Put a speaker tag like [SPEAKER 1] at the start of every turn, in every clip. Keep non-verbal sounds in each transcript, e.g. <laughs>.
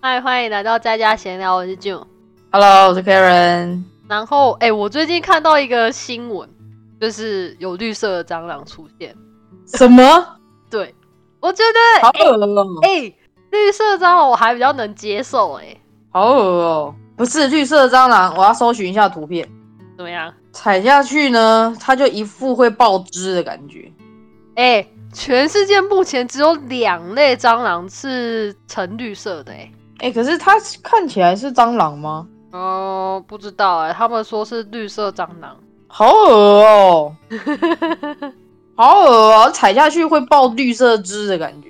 [SPEAKER 1] 嗨，欢迎来到在家闲聊，我是 June。
[SPEAKER 2] Hello，我是 Karen。
[SPEAKER 1] 然后，哎、我最近看到一个新闻，就是有绿色的蟑螂出现。
[SPEAKER 2] 什么？
[SPEAKER 1] 对，我觉得，
[SPEAKER 2] 好恶哦、
[SPEAKER 1] 哎、绿色蟑螂我还比较能接受、哎，
[SPEAKER 2] 好恶哦、不是绿色的蟑螂，我要搜寻一下图片。
[SPEAKER 1] 怎么样？
[SPEAKER 2] 踩下去呢，它就一副会爆汁的感觉。
[SPEAKER 1] 哎、全世界目前只有两类蟑螂是呈绿色的、哎，
[SPEAKER 2] 哎、可是它看起来是蟑螂吗？
[SPEAKER 1] 哦、不知道、哎，他们说是绿色蟑螂。
[SPEAKER 2] 好恶 <laughs> 哦、好恶哦、踩下去会爆绿色汁的感觉，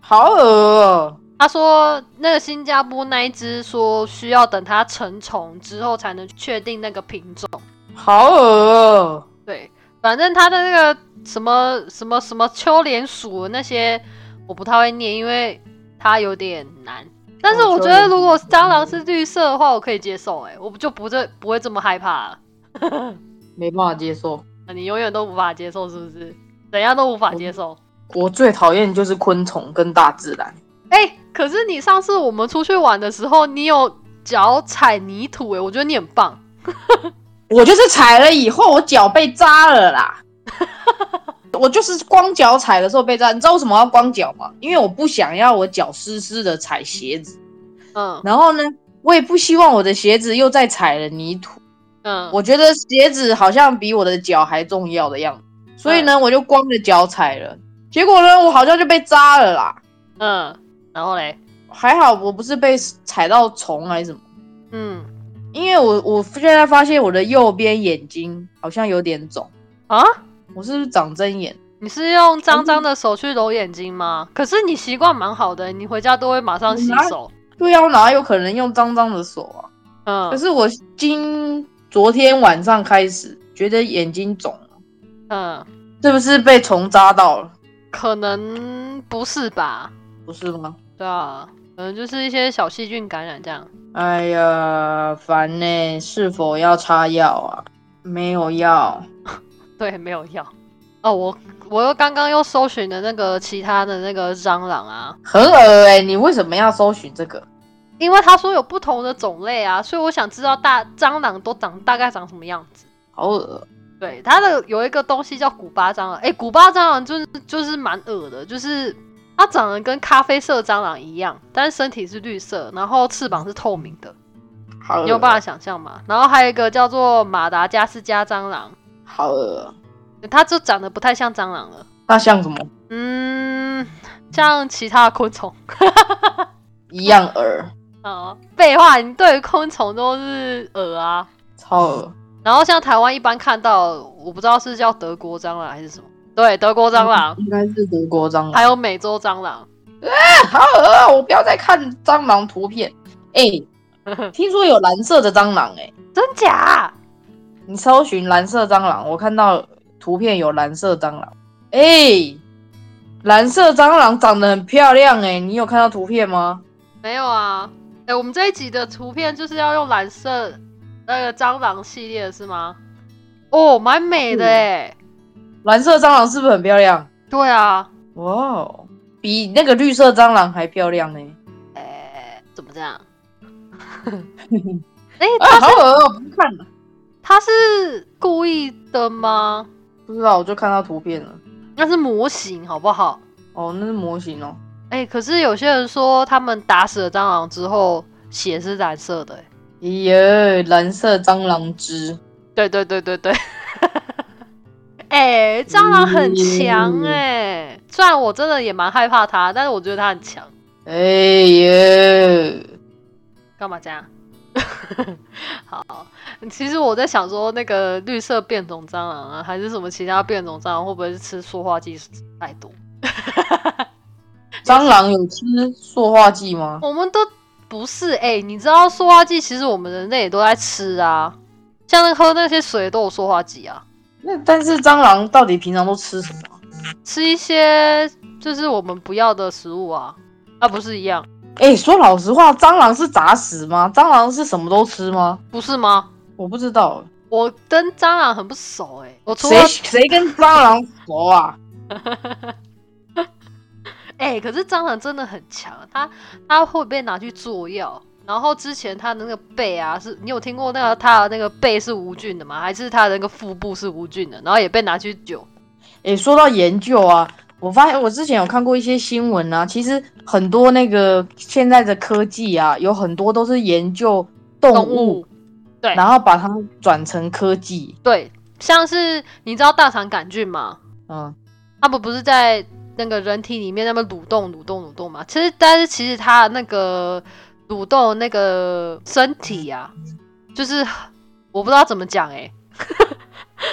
[SPEAKER 2] 好恶哦、
[SPEAKER 1] 他说，那个新加坡那一只说需要等它成虫之后才能确定那个品种。
[SPEAKER 2] 好恶哦、
[SPEAKER 1] 对，反正它的那个什么什么什么秋莲属的那些，我不太会念，因为它有点难。但是
[SPEAKER 2] 哦
[SPEAKER 1] 我觉
[SPEAKER 2] 秋
[SPEAKER 1] 得，
[SPEAKER 2] 莲
[SPEAKER 1] 如果蟑螂是绿色的话，我可以接受、欸。哎，我不就不这不会这么害怕了。
[SPEAKER 2] 没办法接受。
[SPEAKER 1] 你永远都无法接受，是不是？怎样都无法接受。
[SPEAKER 2] 我最讨厌就是昆虫跟大自然。
[SPEAKER 1] 哎、可是你上次我们出去玩的时候，你有脚踩泥土、欸，哎，我觉得你很棒。
[SPEAKER 2] 我就是踩了以后，我脚被扎了啦。 <laughs> 我就是光脚踩的时候被扎，你知道为什么要光脚吗？因为我不想要我脚湿湿的踩鞋子，
[SPEAKER 1] 嗯
[SPEAKER 2] 然后呢，我也不希望我的鞋子又再踩了泥土。
[SPEAKER 1] 嗯，
[SPEAKER 2] 我觉得鞋子好像比我的脚还重要的样子，所以呢，我就光着脚踩了。结果呢，我好像就被扎了啦。
[SPEAKER 1] 嗯，然后嘞，
[SPEAKER 2] 还好我不是被踩到虫还是什么，
[SPEAKER 1] 嗯
[SPEAKER 2] 因为我我现在发现我的右边眼睛好像有点肿，
[SPEAKER 1] 啊，
[SPEAKER 2] 我是不是长针眼？
[SPEAKER 1] 你是用脏脏
[SPEAKER 2] 哦
[SPEAKER 1] 的手去揉眼睛吗？可是你习惯蛮好的，欸你回家都会马上洗手。
[SPEAKER 2] 对啊呀、我哪有可能用脏脏的手啊？
[SPEAKER 1] 嗯
[SPEAKER 2] 可是我今昨天晚上开始觉得眼睛肿了，
[SPEAKER 1] 嗯，
[SPEAKER 2] 是不是被虫扎到了？
[SPEAKER 1] 可能不是吧？
[SPEAKER 2] 不是吗？
[SPEAKER 1] 对啊，可能就是一些小细菌感染这样。
[SPEAKER 2] 哎呀，烦呢、是否要擦药啊？没有药。
[SPEAKER 1] 对，没有药。哦，我我又刚刚又搜寻了那个其他的那个蟑螂啊，
[SPEAKER 2] 很恶哎、你为什么要搜寻这个？
[SPEAKER 1] 因为他说有不同的种类啊，所以我想知道大蟑螂都长大概长什么样子。
[SPEAKER 2] 好恶，
[SPEAKER 1] 对，它的有一个东西叫古巴蟑螂，哎、古巴蟑螂就是就是蛮恶的，就是它长得跟咖啡色蟑螂一样，但是身体是绿色，然后翅膀是透明的，
[SPEAKER 2] 好恶，啊
[SPEAKER 1] 你有办法想象吗？然后还有一个叫做马达加斯加蟑螂，
[SPEAKER 2] 好恶。
[SPEAKER 1] 它就长得不太像蟑螂了，
[SPEAKER 2] 那像什么？
[SPEAKER 1] 嗯，像其他的昆虫。 <laughs>
[SPEAKER 2] 一样恶，
[SPEAKER 1] 啊，废话，你对于昆虫都是恶啊。
[SPEAKER 2] 超恶。
[SPEAKER 1] 然后像台湾一般看到，我不知道是叫德国蟑螂还是什么，对，德国蟑螂，
[SPEAKER 2] 嗯应该是德国蟑螂。
[SPEAKER 1] 还有美洲蟑螂。
[SPEAKER 2] 啊好恶，我不要再看蟑螂图片。哎、 <laughs> 听说有蓝色的蟑螂、欸，
[SPEAKER 1] 真假？
[SPEAKER 2] 你搜寻蓝色蟑螂，我看到图片有蓝色蟑螂。哎、蓝色蟑螂长得很漂亮、欸，你有看到图片吗？
[SPEAKER 1] 没有啊。哎、我们这一集的图片就是要用蓝色那个蟑螂系列的是吗？哦，蛮美的哎、
[SPEAKER 2] 蓝色蟑螂是不是很漂亮？
[SPEAKER 1] 对啊，
[SPEAKER 2] 哇哦，比那个绿色蟑螂还漂亮呢、
[SPEAKER 1] 哎、怎么这 <laughs> 样？
[SPEAKER 2] 欸！
[SPEAKER 1] 哎、他
[SPEAKER 2] 啊，好恶哦，不看了，
[SPEAKER 1] 他是故意的吗？
[SPEAKER 2] 不知道，我就看到图片了。
[SPEAKER 1] 那是模型好不好？
[SPEAKER 2] 哦，那是模型哦。
[SPEAKER 1] 哎、可是有些人说他们打死了蟑螂之后血是蓝色的、欸。
[SPEAKER 2] 哎呀，蓝色蟑螂汁，
[SPEAKER 1] 对对对对对。 <laughs> 哎、蟑螂很强哎、虽然我真的也蛮害怕它，但是我觉得它很强。
[SPEAKER 2] 哎呀，
[SPEAKER 1] 干嘛这样？ <laughs> 好，其实我在想说，那个绿色变种蟑螂啊，还是什么其他变种蟑螂，会不会是吃塑化剂吃太多？
[SPEAKER 2] 蟑螂有吃塑化剂吗？
[SPEAKER 1] 我们都不是哎、你知道塑化剂其实我们人类也都在吃啊，像那喝那些水都有塑化剂啊，
[SPEAKER 2] 那但是蟑螂到底平常都吃什么？
[SPEAKER 1] 吃一些就是我们不要的食物啊，啊不是一样，
[SPEAKER 2] 哎、说老实话，蟑螂是杂食吗？蟑螂是什么都吃吗？
[SPEAKER 1] 不是吗？
[SPEAKER 2] 我不知道，
[SPEAKER 1] 我跟蟑螂很不熟欸哎、我除了
[SPEAKER 2] 谁谁跟蟑螂熟啊？
[SPEAKER 1] 哎、哎、可是蟑螂真的很强，它它会被拿去做药。然后之前它的那个背啊，是你有听过那个它的那个背是无菌的吗？还是它的那个腹部是无菌的？然后也被拿去灸。
[SPEAKER 2] 诶，哎说到研究啊，我发现我之前有看过一些新闻啊，其实很多那个现在的科技啊，有很多都是研究动物，
[SPEAKER 1] 动物对
[SPEAKER 2] 然后把它转成科技。
[SPEAKER 1] 对，像是你知道大肠杆菌吗？
[SPEAKER 2] 嗯，
[SPEAKER 1] 他们不是在那个人体里面那么蠕动、蠕动、蠕动嘛？其实，但是其实它那个蠕动的那个身体啊，就是我不知道怎么讲哎、 <laughs>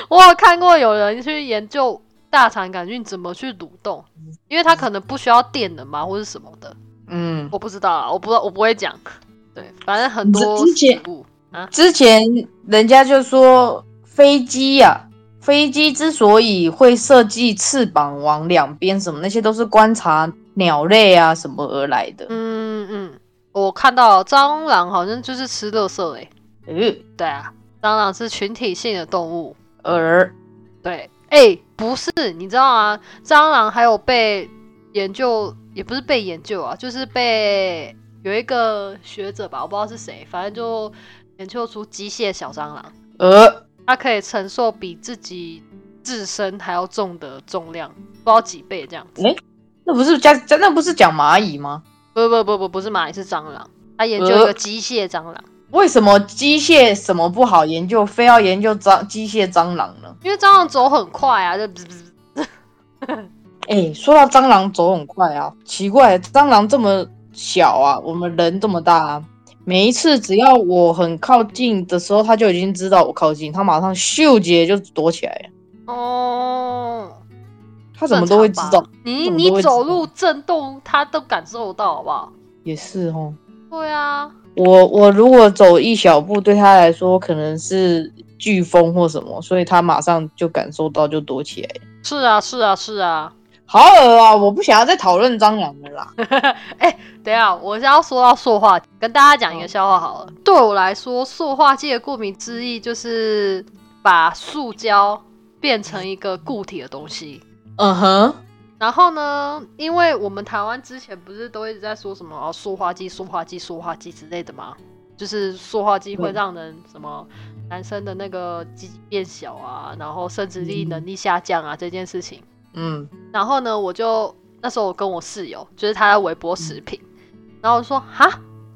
[SPEAKER 1] 我有看过有人去研究大肠杆菌怎么去蠕动，因为它可能不需要电能嘛，或是什么的，
[SPEAKER 2] 嗯，
[SPEAKER 1] 我不知道啊，我不知道，我不会讲。对，反正很多
[SPEAKER 2] 之之前
[SPEAKER 1] 食物
[SPEAKER 2] 之前人家就说飞机呀、飞机之所以会设计翅膀往两边什么，那些都是观察鸟类啊什么而来的。
[SPEAKER 1] 嗯嗯，我看到蟑螂好像就是吃垃圾哎、
[SPEAKER 2] 嗯，
[SPEAKER 1] 对啊，蟑螂是群体性的动物。
[SPEAKER 2] 而
[SPEAKER 1] 对，哎、不是，你知道啊，蟑螂还有被研究，也不是被研究啊，就是被有一个学者吧，我不知道是谁，反正就研究出机械小蟑螂，
[SPEAKER 2] 而
[SPEAKER 1] 它可以承受比自己自身还要重的重量，不知道几倍这样子。
[SPEAKER 2] 那不是加那不是讲蚂蚁吗？
[SPEAKER 1] 不不不不，不是蚂蚁，是蟑螂。他研究一
[SPEAKER 2] 呃
[SPEAKER 1] 个机械蟑螂，
[SPEAKER 2] 为什么机械什么不好研究，非要研究蟑机械蟑螂呢？
[SPEAKER 1] 因为蟑螂走很快啊，就滋滋滋
[SPEAKER 2] 哎、说到蟑螂走很快啊，奇怪，蟑螂这么小啊，我们人这么大、啊，每一次只要我很靠近的时候，它就已经知道我靠近，它马上嗅觉就躲起来了。
[SPEAKER 1] 哦。
[SPEAKER 2] 它怎么都会知
[SPEAKER 1] 正常
[SPEAKER 2] 道
[SPEAKER 1] 吧，你
[SPEAKER 2] 怎么都
[SPEAKER 1] 你
[SPEAKER 2] 会知道
[SPEAKER 1] 走路震动，它都感受到，好不好？
[SPEAKER 2] 也是哦。
[SPEAKER 1] 对啊，
[SPEAKER 2] 我我如果走一小步，对它来说可能是飓风或什么，所以它马上就感受到就躲起来了。
[SPEAKER 1] 是啊，是啊，是啊。
[SPEAKER 2] 好恶啊！我不想要再讨论蟑螂了啦。
[SPEAKER 1] 等一下，我是要说到塑化，跟大家讲一个笑话好了。对我来说，塑化剂的顾名之义就是把塑胶变成一个固体的东西。
[SPEAKER 2] 嗯哼，
[SPEAKER 1] 然后呢，因为我们台湾之前不是都一直在说什么哦，塑化剂、塑化剂、塑化剂之类的吗？就是塑化剂会
[SPEAKER 2] 对
[SPEAKER 1] 让人什么男生的那个鸡鸡变小啊，然后生殖力能力下降啊、这件事情。
[SPEAKER 2] 嗯，
[SPEAKER 1] 然后呢，我就那时候我跟我室友，就是他在微波食品，然后我说哈，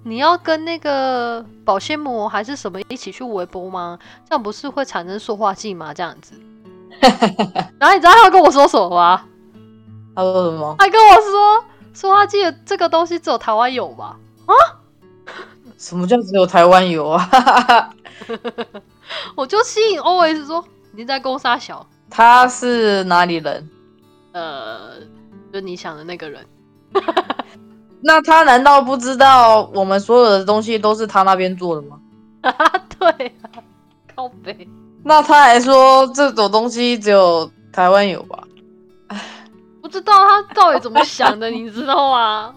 [SPEAKER 1] 你要跟那个保鲜膜还是什么一起去微波吗？这样不是会产生塑化剂吗？这样子。然后你知道他跟我说什么吗？
[SPEAKER 2] 他说什么？
[SPEAKER 1] 他跟我说塑化剂的这个东西只有台湾有吧？
[SPEAKER 2] 什么叫只有台湾有啊？
[SPEAKER 1] 我就吸引 always 说你在攻杀小，
[SPEAKER 2] 他是哪里人？
[SPEAKER 1] 呃，就你想的那个人。 <laughs>
[SPEAKER 2] 那他难道不知道我们所有的东西都是他那边做的吗？
[SPEAKER 1] 对啊，靠北。
[SPEAKER 2] 那他还说这种东西只有台湾有吧？
[SPEAKER 1] 不知道他到底怎么想的，你知道吗？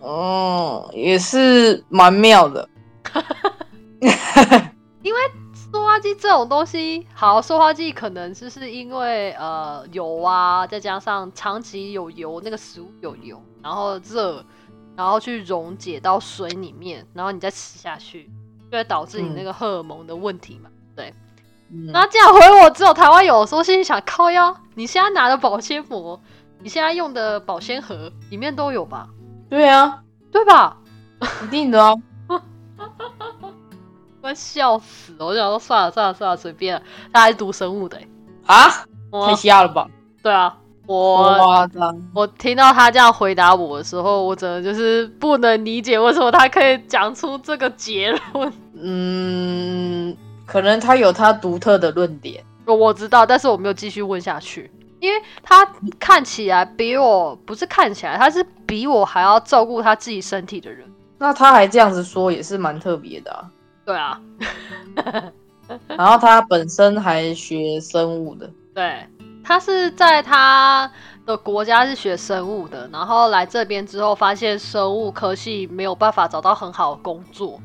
[SPEAKER 2] 哦、也是蛮妙的。
[SPEAKER 1] 塑化剂这种东西，好，塑化剂可能就是因为呃油啊，再加上长期有油，那个食物有油，然后热，然后去溶解到水里面，然后你再吃下去，就会导致你
[SPEAKER 2] 嗯
[SPEAKER 1] 那个荷尔蒙的问题嘛。
[SPEAKER 2] 嗯
[SPEAKER 1] 那这样回我只有台湾有的时候，心里想靠呀，你现在拿的保鲜膜，你现在用的保鲜盒里面都有吧？
[SPEAKER 2] 对啊，
[SPEAKER 1] 对吧？
[SPEAKER 2] 一定的啊。
[SPEAKER 1] 我要笑死了！我就想说算了算了算了，随便了。他还是读生物的、欸，
[SPEAKER 2] 啊，太
[SPEAKER 1] 我
[SPEAKER 2] 瞎了吧！
[SPEAKER 1] 对啊，我
[SPEAKER 2] 夸张。
[SPEAKER 1] 我听到他这样回答我的时候，我真的就是不能理解为什么他可以讲出这个结论。
[SPEAKER 2] 嗯，可能他有他独特的论点。
[SPEAKER 1] 我知道，但是我没有继续问下去，因为他看起来比我不是看起来，他是比我还要照顾他自己身体的人。
[SPEAKER 2] 那他还这样子说，也是蛮特别的啊。
[SPEAKER 1] 对啊，
[SPEAKER 2] 然后他本身还学生物的，
[SPEAKER 1] 对，他是在他的国家是学生物的，然后来这边之后发现生物科系没有办法找到很好的工作，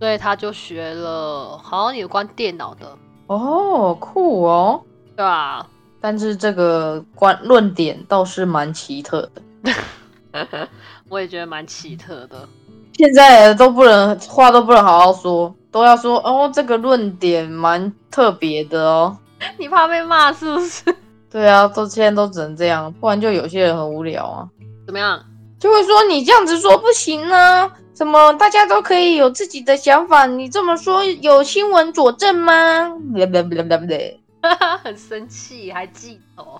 [SPEAKER 1] 所以他就学了好像有关电脑的，
[SPEAKER 2] 哦，酷哦。
[SPEAKER 1] 对啊，
[SPEAKER 2] 但是这个观论点倒是蛮奇特的。
[SPEAKER 1] <laughs> 我也觉得蛮奇特的。
[SPEAKER 2] 现在都不能话都不能好好说，都要说哦，这个论点蛮特别的哦。
[SPEAKER 1] 你怕被骂是不是？
[SPEAKER 2] 对啊，都现在都只能这样，不然就有些人很无聊啊，
[SPEAKER 1] 怎么样？
[SPEAKER 2] 就会说你这样子说不行啊，怎么大家都可以有自己的想法？你这么说有新闻佐证吗？不不不不不，
[SPEAKER 1] 很生气还记仇？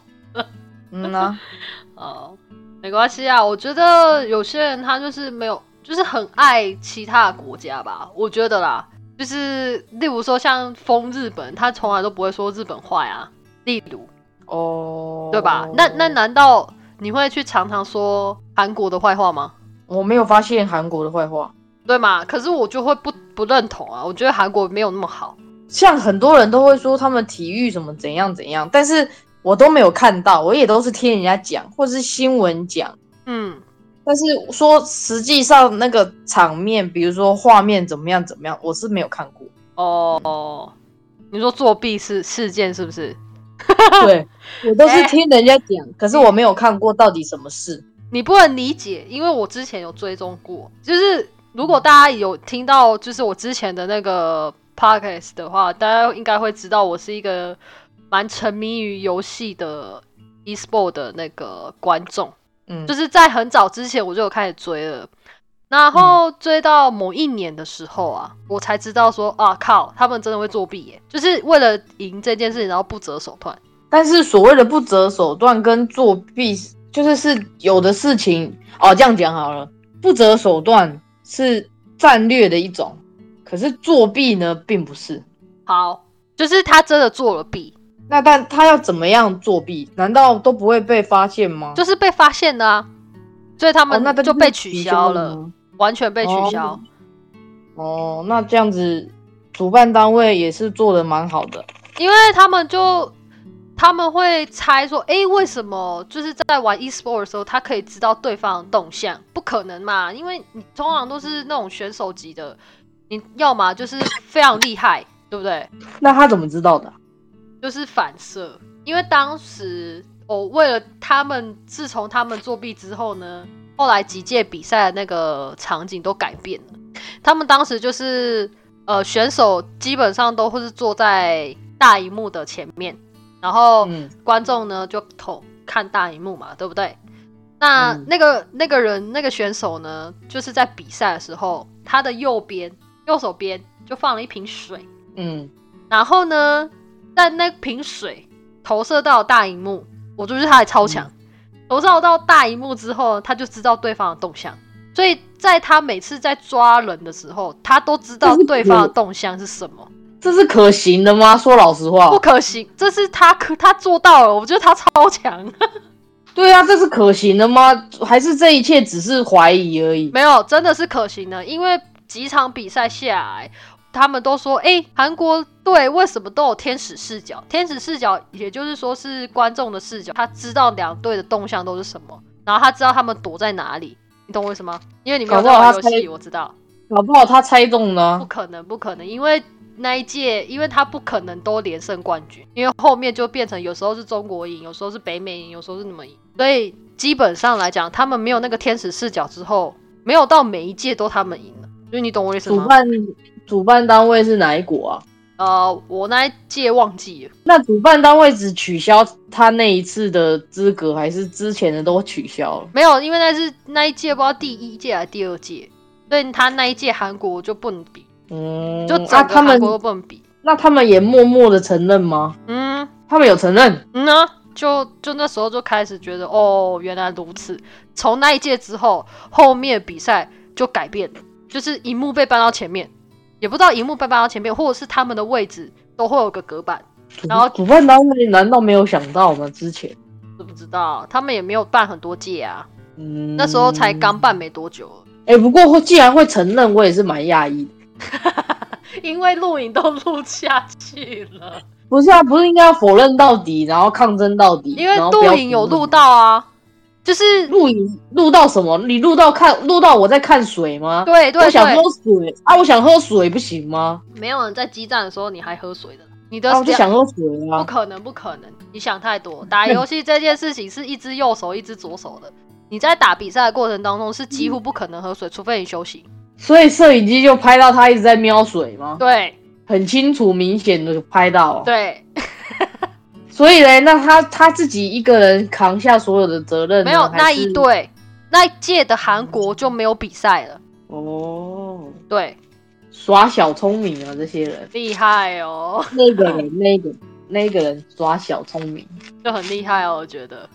[SPEAKER 2] 嗯呐、
[SPEAKER 1] <laughs>
[SPEAKER 2] 啊，
[SPEAKER 1] 哦，没关系啊。我觉得有些人他就是没有，就是很爱其他的国家吧。我觉得啦，就是例如说像封日本，他从来都不会说日本坏啊。例如，
[SPEAKER 2] 哦，
[SPEAKER 1] 对吧？那那难道你会去常常说韩国的坏话吗？
[SPEAKER 2] 我没有发现韩国的坏话，
[SPEAKER 1] 对吗？可是我就会不不认同啊。我觉得韩国没有那么好。
[SPEAKER 2] 像很多人都会说他们体育什么怎样怎样，但是我都没有看到，我也都是听人家讲或是新闻讲。
[SPEAKER 1] 嗯，
[SPEAKER 2] 但是说实际上那个场面，比如说画面怎么样怎么样，我是没有看过。
[SPEAKER 1] 哦哦，你说作弊事事件是不是？
[SPEAKER 2] <laughs> 对，我都是听人家讲，可是我没有看过到底什么事。
[SPEAKER 1] 你不能理解，因为我之前有追踪过，就是如果大家有听到，就是我之前的那个 podcast 的话，大家应该会知道我是一个蛮沉迷于游戏的 esport 的那个观众，
[SPEAKER 2] 嗯，
[SPEAKER 1] 就是在很早之前我就有开始追了，然后追到某一年的时候啊，我才知道说啊靠，他们真的会作弊耶，就是为了赢这件事情，然后不择手段。
[SPEAKER 2] 但是所谓的不择手段跟作弊，就是是有的事情哦。这样讲好了，不择手段是战略的一种，可是作弊呢，并不是。
[SPEAKER 1] 好，就是他真的做了弊，
[SPEAKER 2] 那但他要怎么样作弊？难道都不会被发现吗？
[SPEAKER 1] 就是被发现的啊，所以他
[SPEAKER 2] 哦，
[SPEAKER 1] 们
[SPEAKER 2] 那他
[SPEAKER 1] 就被取消了，
[SPEAKER 2] 吗
[SPEAKER 1] 完全被取消。
[SPEAKER 2] 哦哦，那这样子，主办单位也是做的蛮好的。
[SPEAKER 1] 因为他们就他们会猜说，诶，为什么就是在玩 e-sport 的时候，他可以知道对方的动向？不可能嘛，因为你通常都是那种选手级的，你要么就是非常厉害，对不对？
[SPEAKER 2] 那他怎么知道的？
[SPEAKER 1] 就是反射，因为当时我、哦、为了他们，自从他们作弊之后呢，后来几届比赛的那个场景都改变了。他们当时就是呃，选手基本上都会是坐在大荧幕的前面，然后
[SPEAKER 2] 嗯
[SPEAKER 1] 观众呢就投看大荧幕嘛，对不对？那、
[SPEAKER 2] 嗯
[SPEAKER 1] 那个那个人那个选手呢，就是在比赛的时候，他的右边右手边就放了一瓶水，
[SPEAKER 2] 嗯，
[SPEAKER 1] 然后呢，但那瓶水投射到大荧幕，我就是他的超强。投射到大荧幕之后，他就知道对方的动向，所以在他每次在抓人的时候，他都知道对方的动向是什么。
[SPEAKER 2] 这是可行的吗？说老实话
[SPEAKER 1] 不，可行，这是他可他做到了，我觉得他超强。
[SPEAKER 2] 对啊，这是可行的吗？还是这一切只是怀疑而已？
[SPEAKER 1] 没有，真的是可行的，因为几场比赛下来，他们都说，哎、韩国队为什么都有天使视角？天使视角，也就是说是观众的视角，他知道两队的动向都是什么，然后他知道他们躲在哪里，你懂我意思吗？因为你没有
[SPEAKER 2] 搞不
[SPEAKER 1] 在
[SPEAKER 2] 好
[SPEAKER 1] 玩
[SPEAKER 2] 他
[SPEAKER 1] 游
[SPEAKER 2] 猜
[SPEAKER 1] 戏，我知道，
[SPEAKER 2] 搞不好他猜中了
[SPEAKER 1] 不
[SPEAKER 2] 啊。
[SPEAKER 1] 可能，不可能，因为。那一届，因为他不可能都连胜冠军，因为后面就变成有时候是中国赢，有时候是北美赢，有时候是你们赢，所以基本上来讲，他们没有那个天使视角之后，没有到每一届都他们赢了，就是你懂我意思
[SPEAKER 2] 主
[SPEAKER 1] 吗？
[SPEAKER 2] 办主办单位是哪一国啊？
[SPEAKER 1] 呃，我那一届忘记了，
[SPEAKER 2] 那主办单位只取消他那一次的资格，还是之前的都取消了？
[SPEAKER 1] 没有，因为那是那一届不知道第一届还是第二届，所以他那一届韩国就不能比，
[SPEAKER 2] 嗯，
[SPEAKER 1] 就整
[SPEAKER 2] 啊，
[SPEAKER 1] 个
[SPEAKER 2] 他
[SPEAKER 1] 韩
[SPEAKER 2] 们
[SPEAKER 1] 国都不能比。
[SPEAKER 2] 那他们也默默的承认吗？
[SPEAKER 1] 嗯，
[SPEAKER 2] 他们有承认？
[SPEAKER 1] 嗯呢、就就那时候就开始觉得哦，原来如此。从那一届之后，后面比赛就改变了，就是荧幕被搬到前面，也不知道荧幕被搬到前面，或者是他们的位置都会有个隔板，
[SPEAKER 2] 主
[SPEAKER 1] 然后
[SPEAKER 2] 主办单位难道没有想到吗？之前，
[SPEAKER 1] 知不知道？他们也没有办很多届啊，
[SPEAKER 2] 嗯，
[SPEAKER 1] 那时候才刚办没多久，
[SPEAKER 2] 哎、不过会既然会承认，我也是蛮讶异的。
[SPEAKER 1] <laughs> 因为录影都录下去了。
[SPEAKER 2] 不是啊，不是应该要否认到底，然后抗争到底？
[SPEAKER 1] 因为
[SPEAKER 2] 然后不要
[SPEAKER 1] 录影有
[SPEAKER 2] 承认
[SPEAKER 1] 录到啊，就是
[SPEAKER 2] 录影录到什么？你录到看录到我在看水吗？
[SPEAKER 1] 对对
[SPEAKER 2] 我想喝
[SPEAKER 1] 对，
[SPEAKER 2] 水啊，我想喝水不行吗？
[SPEAKER 1] 没有人在激战的时候你还喝水的，你的
[SPEAKER 2] 啊，我就
[SPEAKER 1] 两
[SPEAKER 2] 想喝水
[SPEAKER 1] 不
[SPEAKER 2] 啊。
[SPEAKER 1] 可能不可能，你想太多。打游戏这件事情是一只右手一只左手的，你在打比赛的过程当中是几乎不可能喝水，除非你休息。
[SPEAKER 2] 所以摄影机就拍到他一直在瞄水吗？
[SPEAKER 1] 对
[SPEAKER 2] 很清楚明显的拍到、哦。
[SPEAKER 1] 对，
[SPEAKER 2] 所以嘞，那他他自己一个人扛下所有的责任呢，
[SPEAKER 1] 没有
[SPEAKER 2] 还
[SPEAKER 1] 那
[SPEAKER 2] 是
[SPEAKER 1] 一队那一届的韩国就没有比赛了。
[SPEAKER 2] 哦，
[SPEAKER 1] 对，
[SPEAKER 2] 耍小聪明啊，这些人，
[SPEAKER 1] 厉害哦，
[SPEAKER 2] 那个 <laughs> 人，那个那个人耍小聪明，
[SPEAKER 1] 就很厉害哦，我觉得。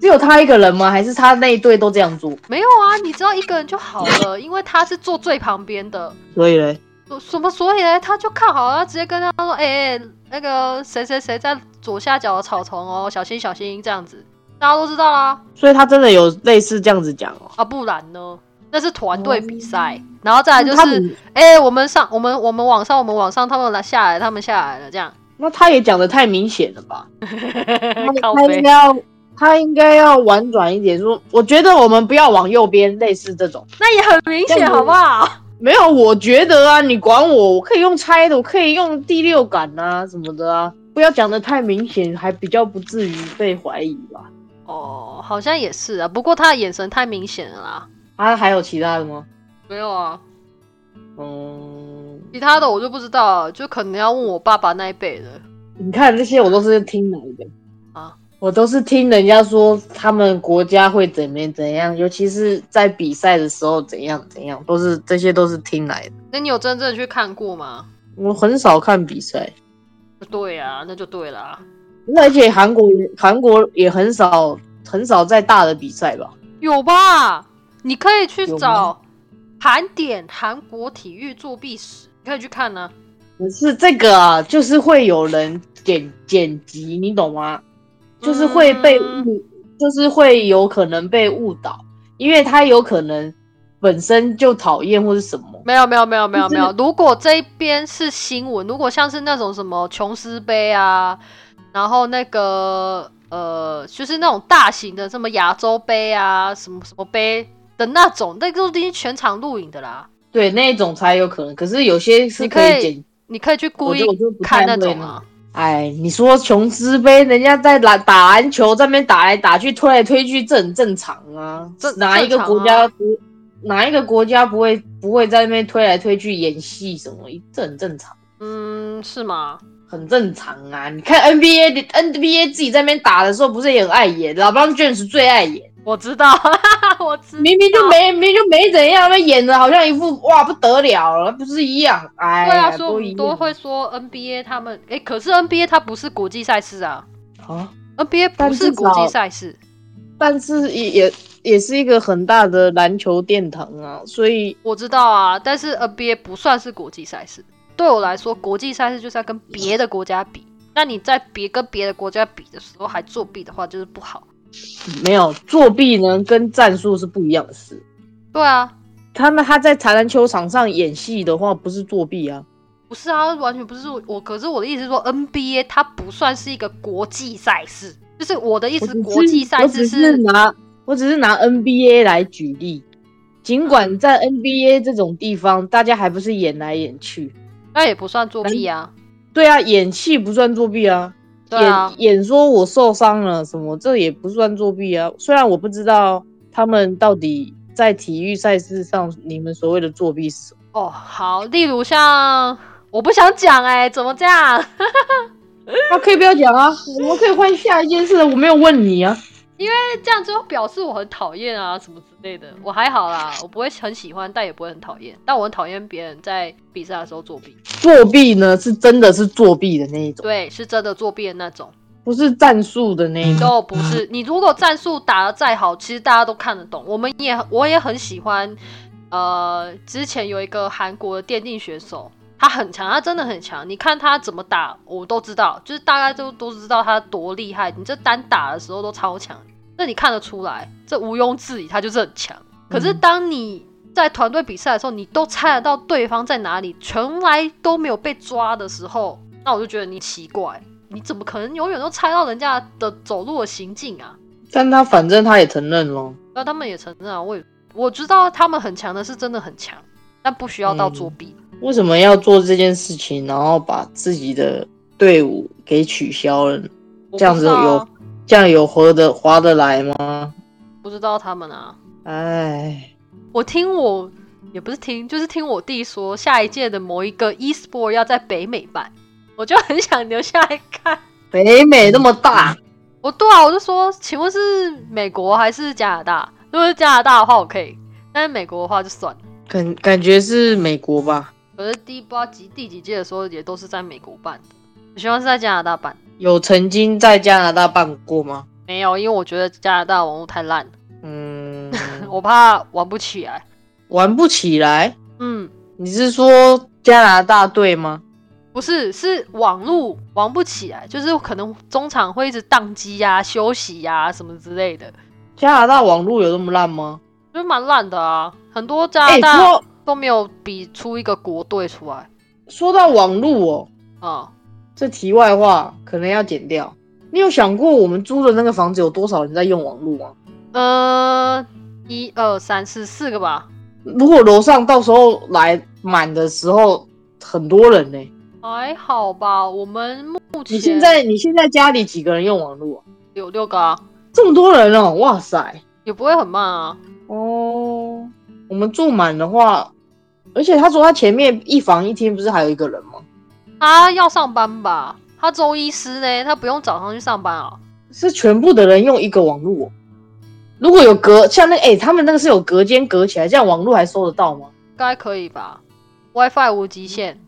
[SPEAKER 2] 只有他一个人吗？还是他那一队都这样做？
[SPEAKER 1] 没有啊，你只要一个人就好了，因为他是坐最旁边的。
[SPEAKER 2] 所以嘞，
[SPEAKER 1] 所什么？所以呢，他就看好了，他直接跟他说：“哎、那个谁谁谁在左下角的草丛哦，小心小心！”这样子，大家都知道啦。
[SPEAKER 3] 所以他真的有类似这样子讲哦。
[SPEAKER 1] 啊，不然呢？那是团队比赛，然后再来就
[SPEAKER 2] 嗯他
[SPEAKER 1] 是，
[SPEAKER 2] 们
[SPEAKER 1] 哎、我们上，我们我们往上，我们往上，他们来下来，他们下来了，这样。
[SPEAKER 3] 那他也讲的太明显了吧？
[SPEAKER 2] 哎
[SPEAKER 1] <laughs> 靠
[SPEAKER 3] 他
[SPEAKER 1] 背
[SPEAKER 3] 应该要他应该要婉转一点说，我觉得我们不要往右边，类似这种。
[SPEAKER 1] 那也很明显，好不好？
[SPEAKER 3] 没有，我觉得啊，你管我，我可以用猜的，我可以用第六感啊什么的啊，不要讲的太明显，还比较不至于被怀疑吧。
[SPEAKER 1] <laughs> 哦，好像也是啊，不过他的眼神太明显了啦。
[SPEAKER 2] 他啊还有其他的吗？
[SPEAKER 1] 没有啊，
[SPEAKER 2] 嗯，
[SPEAKER 1] 其他的我就不知道了，就可能要问我爸爸那一辈的。
[SPEAKER 2] 你看这些我都是听来的
[SPEAKER 1] 啊，
[SPEAKER 2] 我都是听人家说他们国家会怎么怎样，尤其是在比赛的时候怎样怎样，都是这些都是听来的。
[SPEAKER 1] 那你有真正去看过吗？
[SPEAKER 2] 我很少看比赛，
[SPEAKER 1] 对啊，那就对啦，
[SPEAKER 2] 而且韩国韩国也很少很少在大的比赛吧。
[SPEAKER 1] 有吧？你可以去
[SPEAKER 2] 有吗
[SPEAKER 1] 找盘点韩国体育作弊史，你可以去看啊呢、
[SPEAKER 2] 可是这个啊，就是会有人剪剪辑，你懂吗？就是会被误，
[SPEAKER 1] 嗯
[SPEAKER 2] 就是会有可能被误导，因为他有可能本身就讨厌或是什么。
[SPEAKER 1] 没有没有没有没有
[SPEAKER 2] 就
[SPEAKER 1] 没
[SPEAKER 2] 是 <laughs>
[SPEAKER 1] 有。如果这一边是新闻，如果像是那种什么琼斯杯啊，然后那个呃，就是那种大型的什么亚洲杯啊，什么什么杯的那种，那都已经全场录影的啦。
[SPEAKER 2] 对，那一种才有可能。可是有些是
[SPEAKER 1] 你可以
[SPEAKER 2] 剪。
[SPEAKER 1] 你可以去故
[SPEAKER 2] 我
[SPEAKER 1] 意
[SPEAKER 2] 就我就不
[SPEAKER 1] 看
[SPEAKER 2] 太
[SPEAKER 1] 那
[SPEAKER 2] 会
[SPEAKER 1] 种
[SPEAKER 2] 那
[SPEAKER 1] 啊。
[SPEAKER 2] 哎，你说琼斯杯，人家在篮打篮球，在那边打来打去，推来推去，这很正常啊。
[SPEAKER 1] 这
[SPEAKER 2] 哪一个
[SPEAKER 1] 正常啊
[SPEAKER 2] 国家不？哪一个国家不会不会在那边推来推去演戏什么？这很正常，
[SPEAKER 1] 嗯，是吗？
[SPEAKER 2] 很正常啊！你看 NBA 的 NBA 自己在那边打的时候，不是也很爱演？老帮 James 最爱演，
[SPEAKER 1] 我知道， <laughs> 我知
[SPEAKER 2] 明明就
[SPEAKER 1] 啊
[SPEAKER 2] 没明明就没怎样，那演的好像一副哇不得了了，不是一样？哎
[SPEAKER 1] 对
[SPEAKER 2] 呀，
[SPEAKER 1] 啊，所以我
[SPEAKER 2] 都一
[SPEAKER 1] 们
[SPEAKER 2] 样
[SPEAKER 1] 都会说 NBA 他们，哎、可是 NBA 它不是国际赛事啊
[SPEAKER 2] 啊。
[SPEAKER 1] ，NBA
[SPEAKER 3] 但
[SPEAKER 1] 不是
[SPEAKER 3] 至
[SPEAKER 1] 国际
[SPEAKER 3] 少
[SPEAKER 1] 赛事，
[SPEAKER 3] 但是也也也是一个很大的篮球殿堂啊，所以
[SPEAKER 1] 我知道啊，但是 NBA 不算是国际赛事。对我来说，国际赛事就是要跟别的国家比。那你在别跟别的国家比的时候还作弊的话，就是不好。
[SPEAKER 3] 没有作弊呢，跟战术是不一样的事。
[SPEAKER 1] 对啊，
[SPEAKER 3] 他们他在橄篮球场上演戏的话，不是作弊啊。
[SPEAKER 1] 不是啊，完全不是我。可是我的意思是说，NBA 它不算是一个国际赛事，就是我的意
[SPEAKER 3] 我
[SPEAKER 1] 思
[SPEAKER 3] 只，是
[SPEAKER 1] 国际赛
[SPEAKER 3] 我只
[SPEAKER 1] 事
[SPEAKER 3] 是拿我只是拿 NBA 来举例，尽
[SPEAKER 1] 嗯
[SPEAKER 3] 管在 NBA 这种地方，大家还不是演来演去。
[SPEAKER 1] 那也不算作弊啊。
[SPEAKER 3] 对啊，演戏不算作弊啊，
[SPEAKER 1] 对啊，
[SPEAKER 3] 演演说我受伤了什么，这也不算作弊啊。虽然我不知道他们到底在体育赛事上你们所谓的作弊是什么，
[SPEAKER 1] 哦，好，例如像我不想讲哎、怎么这样？
[SPEAKER 3] 那、可以不要讲啊，我们可以换下一件事，我没有问你啊。
[SPEAKER 1] 这样就表示我很讨厌啊，什么之类的。我还好啦，我不会很喜欢，但也不会很讨厌。但我很讨厌别人在比赛的时候作弊，
[SPEAKER 3] 作弊呢是真的是作弊的那一种，
[SPEAKER 1] 对，是真的作弊的那种，
[SPEAKER 3] 不是战术的那一种。
[SPEAKER 1] 都不是。你如果战术打得再好，其实大家都看得懂。我们也我也很喜欢，呃，之前有一个韩国的电竞选手。他很强，他真的很强。你看他怎么打，我都知道，就是大家都都知道他多厉害。你这单打的时候都超强，那你看得出来，这毋庸置疑，他就是很强。可是当你在团队比赛的时候，你都猜得到对方在哪里，从来都没有被抓的时候，那我就觉得你奇怪，你怎么可能永远都猜到人家的走路的行径啊？
[SPEAKER 3] 但他反正他也承认咯，
[SPEAKER 1] 那他们也承认啊，我也我知道他们很强的是真的很强，但不需要到作弊。
[SPEAKER 3] 为什么要做这件事情，然后把自己的队伍给取消了呢？
[SPEAKER 1] 我不
[SPEAKER 3] 这样子
[SPEAKER 1] 知道啊
[SPEAKER 3] 有这样有合得划得来吗？
[SPEAKER 1] 不知道他们啊。
[SPEAKER 2] 哎，
[SPEAKER 1] 我听我也不是听，就是听我弟说，下一届的某一个 eSport 要在北美办，我就很想留下来看。
[SPEAKER 2] 北美那么大，
[SPEAKER 1] 我对啊，我就说，请问是美国还是加拿大？如果是加拿大的话，我可以；但是美国的话就算了。
[SPEAKER 2] 感感觉是美国吧？
[SPEAKER 1] 可是第不知道几第几届的时候，也都是在美国办的。我希望是在加拿大办，
[SPEAKER 2] 有曾经在加拿大办过吗？
[SPEAKER 1] 没有，因为我觉得加拿大网络太烂了，
[SPEAKER 2] <laughs> 嗯，
[SPEAKER 1] 我怕玩不起来。
[SPEAKER 2] 玩不起来。
[SPEAKER 1] 嗯，
[SPEAKER 2] 你是说加拿大队吗？
[SPEAKER 1] 不是，是网络玩不起来，就是可能中场会一直宕机呀、休息呀、什么之类的，
[SPEAKER 2] 加拿大网络有那么烂吗？
[SPEAKER 1] 就蛮烂的啊。很多加
[SPEAKER 2] 哎、
[SPEAKER 1] 拿大
[SPEAKER 2] 说
[SPEAKER 1] 都没有比出一个国队出来
[SPEAKER 2] 说到网络哦，
[SPEAKER 1] 啊、
[SPEAKER 2] 这题外话可能要剪掉。你有想过我们租的那个房子有多少人在用网络吗？
[SPEAKER 1] 嗯。呃，一二三四四个吧。
[SPEAKER 2] 如果楼上到时候来满的时候，很多人呢、
[SPEAKER 1] 还好吧，我们目前
[SPEAKER 2] 你现在你现在家里几个人用网络、啊？
[SPEAKER 1] 有六个啊，
[SPEAKER 2] 这么多人哦，哇塞！
[SPEAKER 1] 也不会很慢啊。
[SPEAKER 2] 哦，我们住满的话，而且他说他前面一房一厅不是还有一个人吗？
[SPEAKER 1] 他要上班吧？他周医师呢？他不用早上去上班啊？
[SPEAKER 2] 是全部的人用一个网络哦、如果有隔像那哎、他们那个是有隔间隔起来，这样网络还收得到吗？
[SPEAKER 1] 应该可以吧？WiFi 无极限。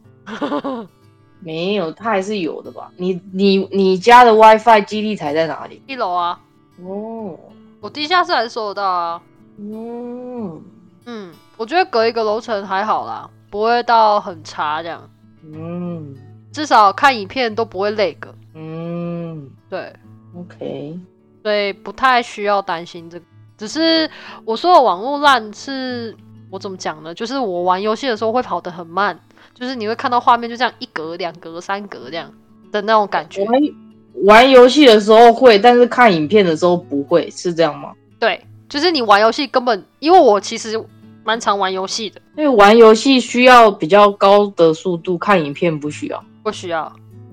[SPEAKER 2] 没有，它还是有的吧？你你你家的 WiFi 基地台在哪里？
[SPEAKER 1] 一楼啊，
[SPEAKER 2] 哦，
[SPEAKER 1] 我地下室还是收得到啊。
[SPEAKER 2] 嗯
[SPEAKER 1] 嗯，我觉得隔一个楼层还好啦，不会到很差这样，
[SPEAKER 2] 嗯
[SPEAKER 1] 至少看影片都不会累个。
[SPEAKER 2] 嗯
[SPEAKER 1] 对，
[SPEAKER 2] ，OK，
[SPEAKER 1] 所以不太需要担心这个。只是我说的网络烂是，我怎么讲呢？就是我玩游戏的时候会跑得很慢，就是你会看到画面就这样一格、两格、三格这样的那种感觉。
[SPEAKER 2] 玩玩游戏的时候会，但是看影片的时候不会，是这样吗？
[SPEAKER 1] 对，就是你玩游戏根本，因为我其实蛮常玩游戏的，
[SPEAKER 2] 因为玩游戏需要比较高的速度，看影片不需要。
[SPEAKER 1] 不需要。
[SPEAKER 2] 哦，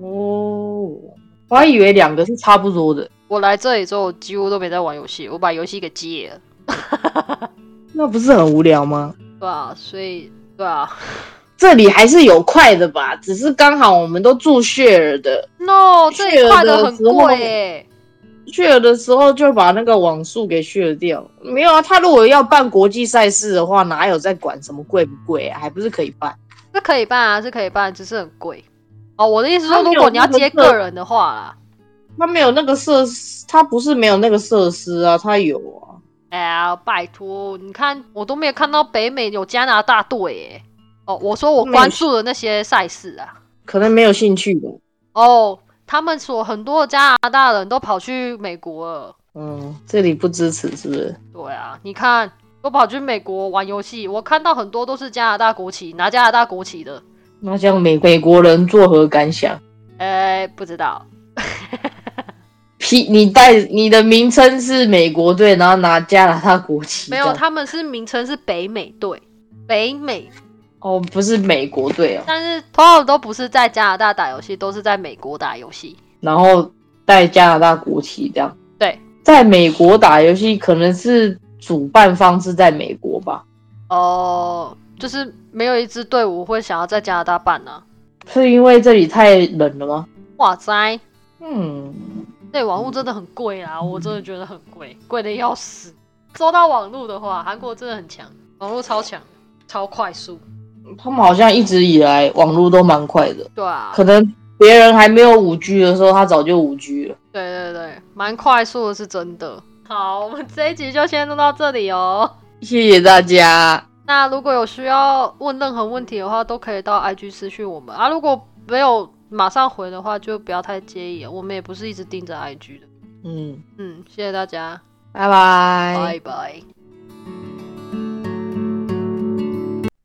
[SPEAKER 2] 我还以为两个是差不多的，
[SPEAKER 1] 我来这里之后几乎都没在玩游戏，我把游戏给戒了，
[SPEAKER 2] 那不是很无聊吗？
[SPEAKER 1] 对啊，所以对啊
[SPEAKER 2] 这里还是有快的吧，只是刚好我们都住血儿的，
[SPEAKER 1] ，no，这里快
[SPEAKER 2] 的
[SPEAKER 1] 的很
[SPEAKER 2] 时候
[SPEAKER 1] 贵耶、
[SPEAKER 2] 血儿的时候就把那个网速给血儿掉。没有啊，他如果要办国际赛事的话，哪有在管什么贵不贵啊？还不是可以办？
[SPEAKER 1] 是可以办啊，是可以办，只是很贵。哦，我的意思说，
[SPEAKER 2] 它
[SPEAKER 1] 如
[SPEAKER 2] 没啊有
[SPEAKER 1] 果你要接
[SPEAKER 2] 那个
[SPEAKER 1] 个人的话啦，
[SPEAKER 2] 他没有那个设施，他不是没有那个设施啊，他有啊。
[SPEAKER 1] 哎呀，拜托，你看我都没有看到北美有加拿大队耶、哦，我说我
[SPEAKER 2] 美
[SPEAKER 1] 关注的那些赛事啊，
[SPEAKER 2] 可能没有兴趣吧。
[SPEAKER 1] 哦，他们所很多的加拿大人都跑去美国了。
[SPEAKER 2] 嗯，这里不支持是不是？
[SPEAKER 1] 对啊，你看，都跑去美国玩游戏，我看到很多都是加拿大国旗，拿加拿大国旗的。
[SPEAKER 2] 那像美美国人作何感想？
[SPEAKER 1] 哎、不知道，
[SPEAKER 2] 批你带你的名称是美国队，然后拿加拿大国旗的，
[SPEAKER 1] 没有，他们是名称是北美队，北美，
[SPEAKER 2] 哦，不是美国队哦，
[SPEAKER 1] 但是通常都不是在加拿大打游戏，都是在美国打游戏。
[SPEAKER 2] 然后带加拿大国旗这样。
[SPEAKER 1] 对，
[SPEAKER 2] 在美国打游戏可能是主办方是在美国吧，
[SPEAKER 1] 哦、就是没有一支队伍会想要在加拿大办呢、
[SPEAKER 2] 是因为这里太冷了吗？
[SPEAKER 1] 哇塞，
[SPEAKER 2] 嗯，
[SPEAKER 1] 对，网络真的很贵啊，我真的觉得很贵，贵的要死。说到网络的话，韩国真的很强，网络超强，超快速。
[SPEAKER 2] 他们好像一直以来网络都蛮快的，
[SPEAKER 1] 对啊，
[SPEAKER 2] 可能别人还没有五 G 的时候，他早就五 G 了。
[SPEAKER 1] 对对对，蛮快速的，是真的。好，我们这一集就先录到这里哦。
[SPEAKER 2] 谢谢大家，
[SPEAKER 1] 那如果有需要问任何问题的话，都可以到 IG 私讯我们啊。如果没有马上回的话，就不要太介意，啊我们也不是一直盯着 IG 的。
[SPEAKER 2] 嗯，
[SPEAKER 1] 嗯，谢谢大家，
[SPEAKER 2] 拜拜。
[SPEAKER 1] 拜拜。